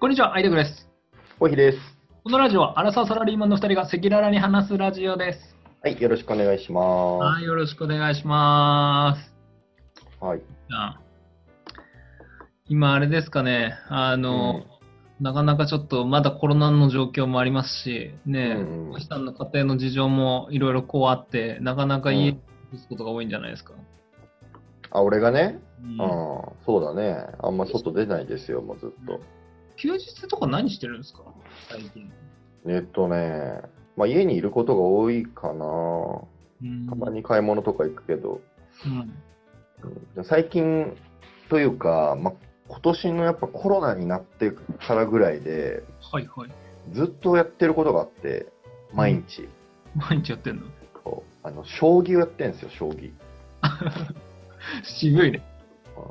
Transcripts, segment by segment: こんにちは、アイデクです。おひです。このラジオは、アラサーサラリーマンの2人が赤裸々に話すラジオです。はい、よろしくお願いしまはい、よろしくお願いします。す。はい。じゃあ今、あれですかね、あの、なかなかちょっと、まだコロナの状況もありますし、ね、うんうんおじさんの家庭の事情もいろいろこうあって、なかなか家に過ごすことが多いんじゃないですか。あ、俺がね、ううんん、そうだね。あんま外出ないですよ、もうずっと。休日とか何してるんですか最近。えっとね、まあ家にいることが多いかな。うんたまに買い物とか行くけど、うんうん最近というか、まあ今年のやっぱコロナになってからぐらいで、はいはい。ずっとやってることがあって、毎日。毎日やってんの こうあの将棋をやってんですよ、将棋。渋いね。うん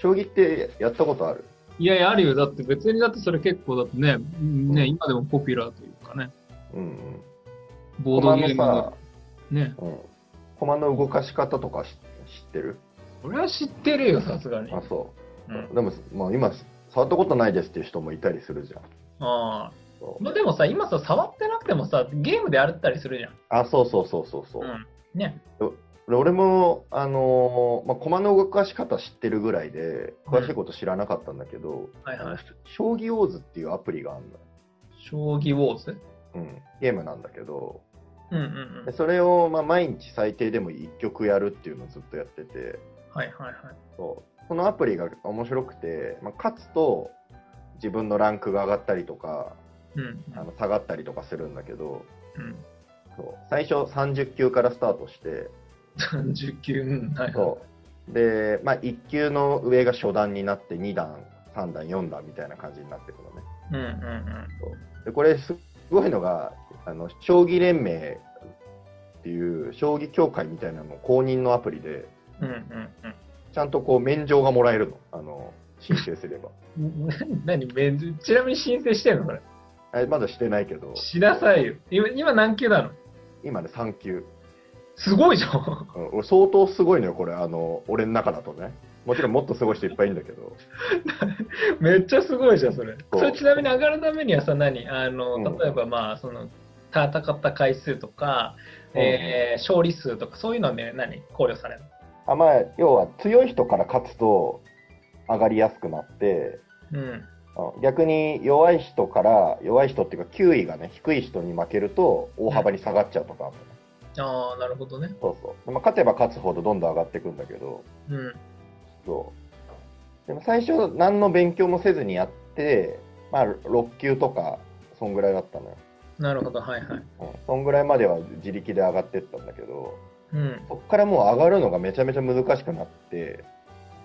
将棋ってやったことあるいやいや、あるよ。だって別にだってそれ結構だってね、ね、今でもポピュラーというかね、うんうん。ボコードマゲームのさの、ね、うん、コマの動かし方とかし知ってるそれは知ってるよ、さすがに。あそうう、ん、でも、まあ、今触ったことないですっていう人もいたりするじゃんああ。そうまあでもさ、今さ、触ってなくてもさ、ゲームでやったりするじゃん。あそうそうそうそうそう、ん。ね。で俺もあのーまあ、コマの動かし方知ってるぐらいで詳しいこと知らなかったんだけど、はいはい。将棋ウォーズっていうアプリがあるのよ、将棋ウォーズうん、ゲームなんだけどうんうんうん。でそれをまあ毎日最低でも1曲やるっていうのをずっとやっててはいはいはい。そうそのアプリが面白くて、まあ、勝つと自分のランクが上がったりとかうんあの下がったりとかするんだけどうん。そう最初30球からスタートしてうん。10級、うん。はいはい。そうで、まあ、1球の上が初段になって2段3段4段みたいな感じになっていくのねうんうんうん。でこれすごいのがあの将棋連盟っていう将棋協会みたいなの公認のアプリでうんうんちゃんとこう免状がもらえるのあの申請すれば うん。 な何メンズちなみに申請してんのこれ。えまだしてないけどしなさいよ。今今何級なの今ね3級すごいじゃん。うん俺相当すごいのよこれあの俺の中だとねもちろんもっとすごい人いっぱいいるんだけどめっちゃすごいじゃん、それ。そそうれちなみに上がるためにはさ、何あのうん例えば、まあ、その、戦った回数とか、うんえー勝利数とか、そういうのはね、何考慮されるあまあ、要は強い人から勝つと上がりやすくなってうん。あ逆に弱い人から弱い人っていうか9位がね低い人に負けると大幅に下がっちゃうとかあるのね、ああ、なるほどね。そうそう、まあ、勝てば勝つほどどんどん上がっていくんだけどうん。そうでも最初何の勉強もせずにやって、まあ、6級とかそんぐらいだったのよ、なるほど、はいはい。うん、そんぐらいまでは自力で上がってったんだけどうん。そっからもう上がるのがめちゃめちゃ難しくなって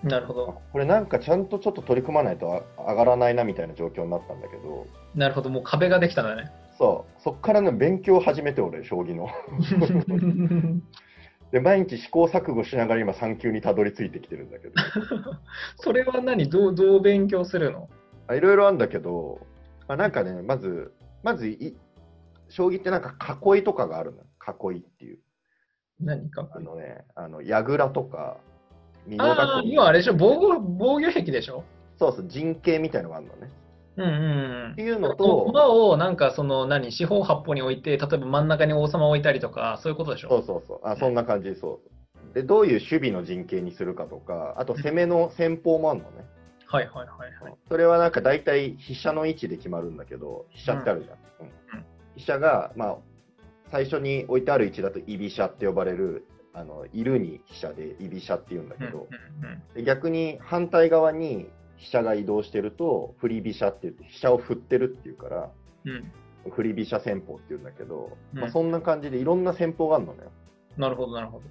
なるほあど。これなんかちゃんとちょっと取り組まないとあ上がらないなみたいな状況になったんだけどなるほど、もう壁ができたんだ ね。そうそっからね勉強を始めて俺将棋の で毎日試行錯誤しながら今3級にたどり着いてきてるんだけど それは何どう、どう勉強するのあいろいろあるんだけど、まあ、なんかねまずまずい将棋ってなんか囲いとかがあるのよ囲いっていう何か。あのねあの櫓とか美ああ、濃囲い要はあれでしょ防御、防御壁でしょそうそう陣形みたいのがあるのねうんうんうんって。いうのと駒をなんかその何四方八方に置いて例えば真ん中に王様を置いたりとかそういうことでしそうょそうそう、あそんな感じ、そう。で、どういう守備の陣形にするかとか、あと攻めの戦法もあるのね。はいはいはいはいそれはなんか大体飛車の位置で決まるんだけど、飛車ってあるじゃん。うんうん飛車が、まあ、最初に置いてある位置だと、居飛車って呼ばれる、あの、いるに飛車で居飛車って言うんだうけんど、うんうんで逆に反対側に飛車が移動してると、振り飛車って言って、飛車を振ってるっていうから、うん振り飛車戦法って言うんだけど、うまあ、んそんな感じでいろんな戦法があるのね。なるほどなるほど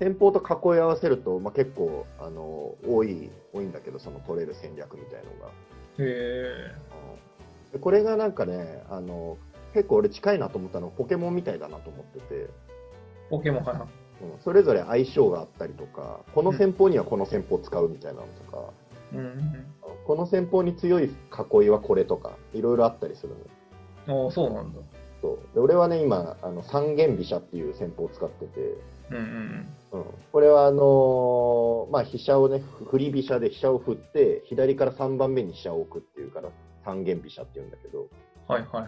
先方と囲い合わせると、まあ、結構あの多い多いんだけどその取れる戦略みたいのが、へえでこれがなんかねあの結構俺近いなと思ったのはポケモンみたいだなと思ってて、ポケモンはいはいうんそれぞれ相性があったりとかこの戦法にはこの戦法使うみたいなのとか、うんうんこの戦法に強い囲いはこれとかいろいろあったりするうのんああそうなんだそうで俺はね今あの三間飛車っていう戦法を使ってて、うんうんうん、これはあのーまあ飛車をねふ振り飛車で飛車を振って左から3番目に飛車を置くっていうから三元飛車っていうんだけど、はいはいはい。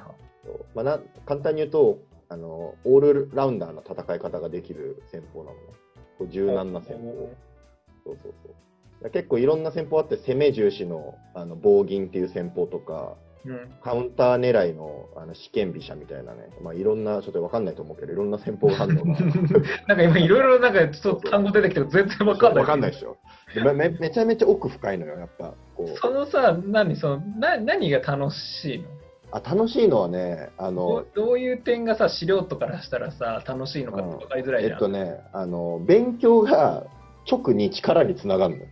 まあ、な簡単に言うとあの、オールラウンダーの戦い方ができる戦法なのね。こう柔軟な戦法。そうそうそうだから結構いろんな戦法あって、攻め重視のあの棒銀っていう戦法とか、うん。 カウンター狙いのあの試験飛車みたいなね、まあ、いろんな、ちょっとわかんないと思うけど、いろんな戦法があるのがなんか今いろいろなんかちょっと単語出てきても全然わかんない。わかんないでしょでめ。めめちゃめちゃ奥深いのよ、やっぱ。こうそのさ、何、その、な何が楽しいのあ楽しいのはね、あのどどういう点がさ、資料とからしたらさ、楽しいのかって分かりづらいえじっゃん。とね、あの勉強が直に力につながるのよ。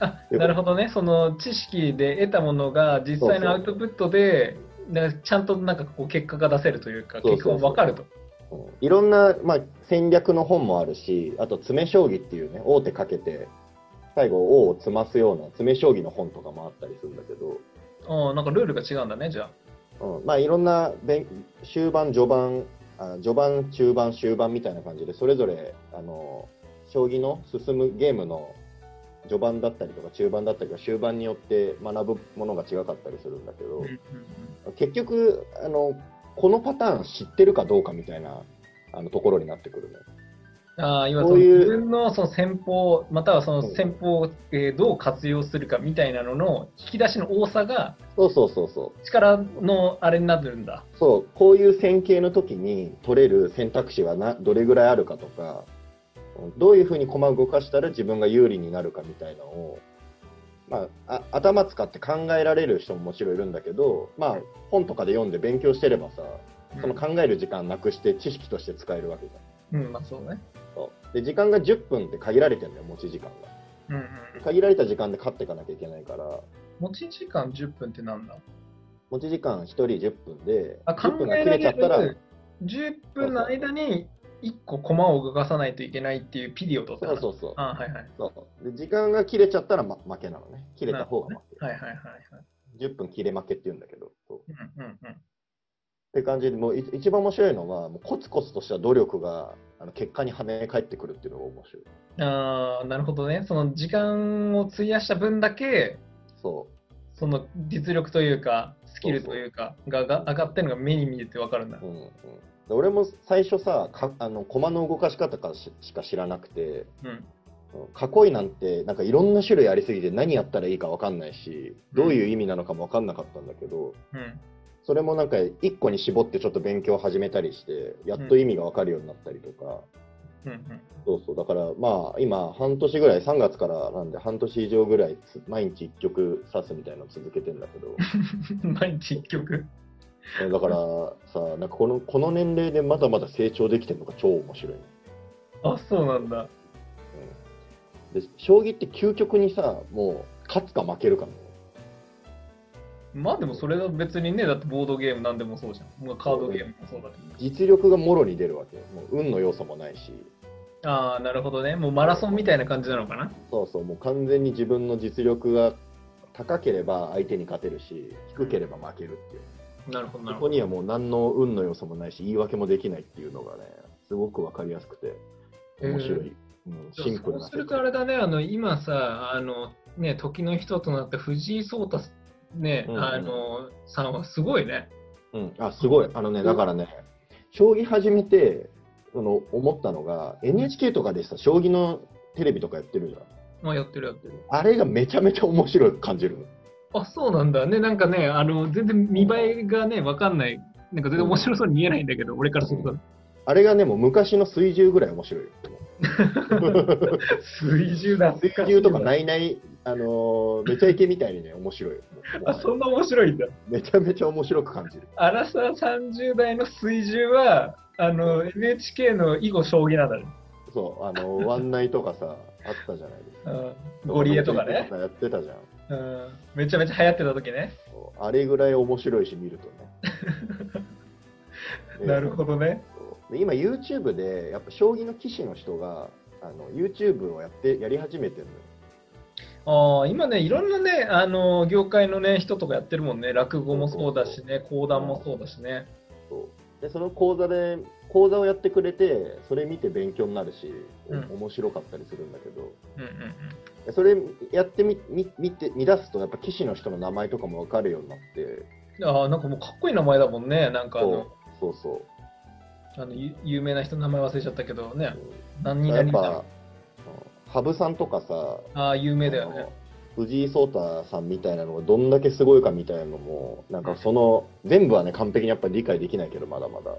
あなるほどね、その知識で得たものが実際のアウトプットで、なんかちゃんとなんかこう結果が出せるというか、そうそう結果が分かると。うんいろんな、まあ、戦略の本もあるし、あと詰将棋っていうね、王手かけて、最後、王を詰ますような詰将棋の本とかもあったりするんだけうん、なんかルールが違うんだね、じゃあ。ど、うんまあ、いろんな勉終盤、序盤あ、序盤、中盤、終盤みたいな感じで、それぞれあの将棋の進むゲームの序盤だったりとか、中盤だったりとか、終盤によって学ぶものが違かったりするんだけど。うんうん結局あのこのパターン知ってるかどうかみたいなあのところになってくるねうんああ、いわゆこういうる自分のその戦法、またはそうんの戦法をえーどう活用するかみたいなのの引き出しの多さがそうそうそうそう力のあれになるんだ。そうこういう線形の時に取れる選択肢はなどれぐらいあるかとかうんどういうふうに駒を動かしたら自分が有利になるかみたいなのを、まあ、あ頭使って考えられる人ももちろんいるんだけど、まあ、本とかで読んで勉強してればさその考える時間なくして知識として使えるわけじゃんうん、うんまあそうね。そうで時間が10分って限られてるんだよ持ち時間がうんうんうん、限られた時間で勝っていかなきゃいけないから持ち時間10分ってなんだ持ち時間1人10分で、あ考10分がえ切られれちゃったらる、10分の間に1個駒を動かさないといけないっていうピリオドってそう話そうそうあはいはいそうで、時間が切れちゃったら、ま、負けなのね、切れた方が負け、はいはいはいはい10分切れ負けって言うんだけど、そうっうんうんうんて感じで、もうい一番面白いのは、もうコツコツとした努力があの結果に跳ね返ってくるっていうのが面白い。あーなるほどね、その時間を費やした分だけ、そうその実力というか、スキルというか、がが上がってるのが目に見えてわかるんだ。うんうんで俺も最初さかあの駒の動かし方かししか知らなくてうん、囲いなんてなんかいろんな種類ありすぎて何やったらいいか分かんないしどういう意味なのかも分かんなかったんだけど、うん、それもなんか一個に絞ってちょっと勉強を始めたりしてやっと意味が分かるようになったりとか、うん、うん。そうそうだからまあ今半年ぐらい3月からなんで半年以上ぐらいつ毎日1曲指すみたいなの続けてんだけど 毎日1曲。だからさなんかこのこの年齢でまだまだ成長できてるのが超面白い、あ、そうなんだ。うん、で将棋って究極にさもう勝つか負けるかのまあでもそれは別にね、だってボードゲームなんでもそうじゃん。まあカードゲームもそうだけど。実力がもろに出るわけよもう運の要素もないしああ、なるほどね。もうマラソンみたいな感じなのかな。そうそう、もう完全に自分の実力が高ければ相手に勝てるし、低ければ負けるっていう。なるほど、なるそこほど。にはもう何の運の要素もないし、言い訳もできないっていうのがね、すごくわかりやすくて、面白い。うん、シンプルそなうするとあれだね、あの今さ、あのね、時の人となった藤井聡太、ねうんうんあのさんはすごいね。うん、あ、すごい。あのね、だからね、将棋始めて、その思ったのが、NHK とかでさ、将棋のテレビとかやってるじゃん。まあ、やってるやってる。あれがめちゃめちゃ面白い感じるの。あ、そうなんだね。なんかね、あの全然見栄えがね、わかんない。なんか全然面白そうに見えないんだけど、俺からすると、あれがね、もう昔の水中ぐらい面白いよ。 水中だ。水中とかい。ないない、あのーめちゃイケみたいにね、面白いよ。もうあ、そんな面白いんだ。めちゃめちゃ面白く感じる。アラサー30代の水中は、あの NHK の囲碁将棋なんだね。そう、あのーワンナイとかさ、あったじゃないですか。うんゴリエとかね。やってたじゃん。うんめちゃめちゃ流行ってた時ね。。そうあれぐらい面白いし、見るとねなるほどね。そうで今 YouTube でやっぱ将棋の棋士の人があの YouTube をやってやり始めてるのよああ、今ね、いろんなね、あの業界のね、人とかやってるもんね。落語もそうだしね、講談もそうだしね。そうでその講座で講座をやってくれてそれ見て勉強になるし、うん面白かったりするんだけどうんうんうん。でそれやってみみ見て見出すとやっぱ棋士の人の名前とかも分かるようになってああ、なんかもうかっこいい名前だもんね。なんかあそうの、そうそあのゆ有名な人の名前忘れちゃったけどねう。何うんにやなっりたぱ羽生さんとかさああ、有名だよあねの。藤井聡太さんみたいなのがどんだけすごいかみたいなのもなんかその全部はね完璧にやっぱり理解できないけどまだまだうんうん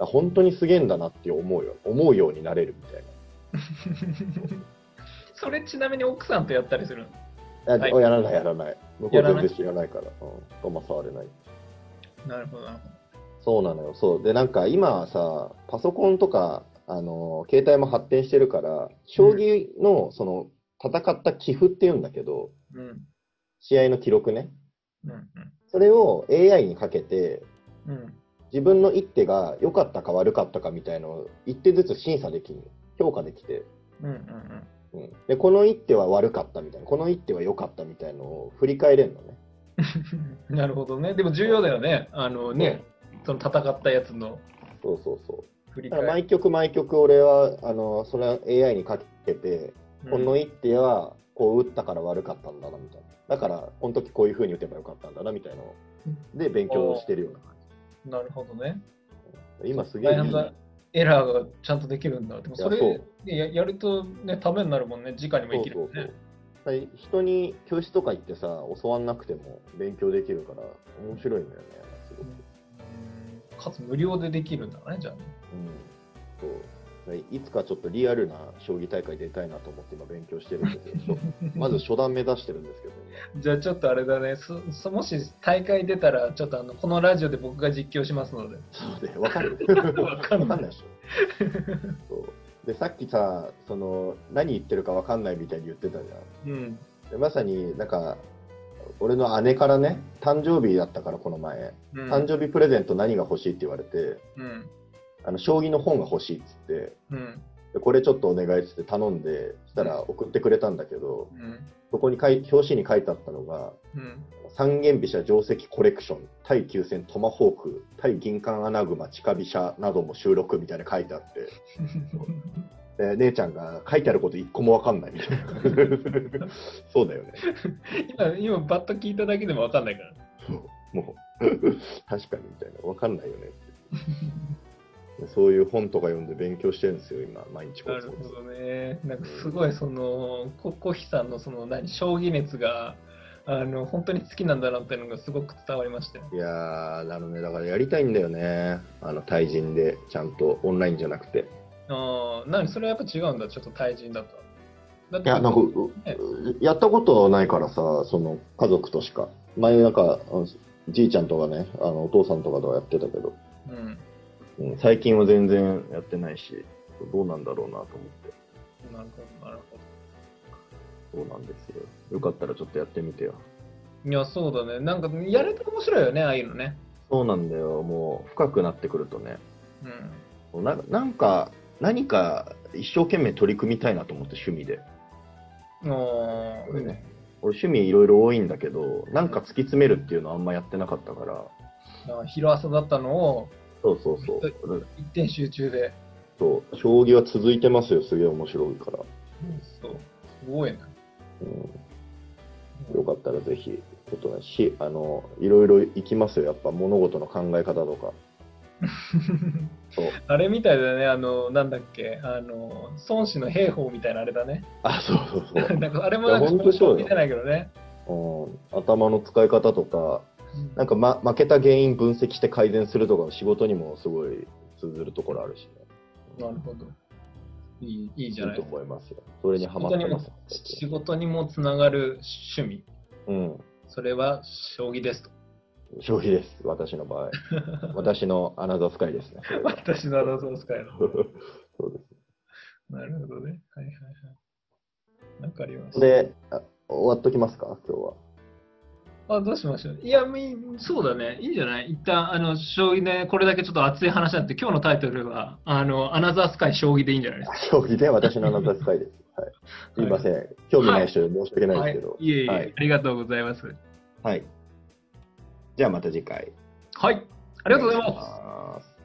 あ本当にすげえんだなって思うよ思うようになれるみたいうん。 それちなみに奥さんとやったりするのな、はいあやらないやらない向こやうら全ない然知らないからうん、ま触れないなるほどなるほそうなのよそうでなんか今はさパソコンとかあの携帯も発展してるから将棋のその戦った棋譜っていうんだけどど。うん試合の記録ねうんそれを AI にかけてうんうん。自分の一手が良かったか悪かったかみたいのを一手ずつ審査できる評価できて、うんうんうん。うん、でこの一手は悪かったみたいなこの一手は良かったみたいのを振り返れるのね なるほどね。でも重要だよね。あのね、その戦ったやつのそうそうそう振りだか返らり。毎局毎局俺はあのそれは AI にかけて、うんこの一手はこう打ったから悪かったんだなみたいなだからこの時こういう風に打てばよかったんだなみたいなので勉強してるような感なるほどね。じ今すげえいい大変だエラーがちゃんとできるんだ。でもそれいやそねややるとね、ためになるもんね。次回にもそ生うきるそもうんそねう。だから人に教室とか行ってさ教わんなくても勉強できるから面白いんだよねすごく、うんかつ無料でできるんだね、じゃあね。うん、そうだからいつかちょっとリアルな将棋大会出たいなと思って今勉強してるんです けどまず初段目指してるんですけどじゃあちょっとあれだね、そそもし大会出たら、ちょっとあのこのラジオで僕が実況しますので。そうでわかる わかんないわでしょそうでさっきさその何言ってるかわかんないみたいに言ってたじゃうん。んでまさになんか俺の姉からね誕生日だったからこの前うん。誕生日プレゼント何が欲しいって言われてうん。あの将棋の本が欲しいっつってうん。でこれちょっとお願いっつって頼んでしたら送ってくれたんだけどうん。そこに書い表紙に書いてあったのがうん。三間飛車定石コレクション対急戦トマホーク対銀冠アナグマ近飛車なども収録みたいな書いてあってで姉ちゃんが書いてあること一個もわかんないみたいな そうだよね今、 今、バッと聞いただけでもわかんないから。もう確かにみたいなわかんないよねってそういう本とか読んで勉強してるんですよ今毎日コなツるコツほどね。なんかすごいそのココヒさんのその何将棋熱があの本当に好きなんだなっていうのがすごく伝わりましたよ。いやー、なるね、だからやりたいんだよね、あの対人で、ちゃんとオンラインじゃなくて。ああ、何それはやっぱ違うんだ。ちょっと対人だと。だっいてや、なんか、うねうやったことないからさ、その家族としか。前、なんか、あのじいちゃんとかね、あのお父さんとかとはやってたけど、うん。うん最近は全然やってないし、どうなんだろうなと思って、なるほどなるほそうなんですよ。よかったらちょっとやってみてよ。ど。いやそうだね。なんかやると面白いよね。ああいうのね。そうなんだよ、もう深くなってくるとね、うん。ななんか、何か一生懸命取り組みたいなと思って、趣味で。あこれね。俺趣味いろいろ多いんだけど、なんか突き詰めるっていうのはあんまやってなかったから、あ昼朝だったのをそうそうそう、一点集中で。そう将棋は続いてますよ、すげえ面白いから、そう。すごいな。うん、よかったらぜひ、ちょっとねしあの、いろいろ行きますよ、やっぱ物事の考え方とか、そう、 あれみたいだね、あの、なんだっけ、あの、孫子の兵法みたいなあれだね。あ、そうそう なんかあれもなんかいや本当そうよ見てないけどね。 そう、うん、頭の使い方とか、なんか、ま、負けた原因分析して改善するとか、仕事にもすごい通ずるところあるしなるほど。いいいいね、じゃいないいと思いますよ、それにハマってます。仕事にもつながる趣味。うんそれは将棋ですと。消費です、私 の場合。私のアナザースカイですね。私のアナウンス会の。そうで。なるほどね。はいはいはい。わかりますした。で、あ終わっときますか、今日は。あ、どうしましょう。いや、みそうだね。いいんじゃない一旦、あの、将棋で、これだけちょっと熱い話なんで、今日のタイトルは、あの、アナザースカイ将棋でいいんじゃないですか消費で私のアナザースカイです。はい、すいません、興味ない人で申し訳ないですけど。いえいえ、はいありがとうございます。はい。じゃあまた次回。はい、りがとうございます。ます。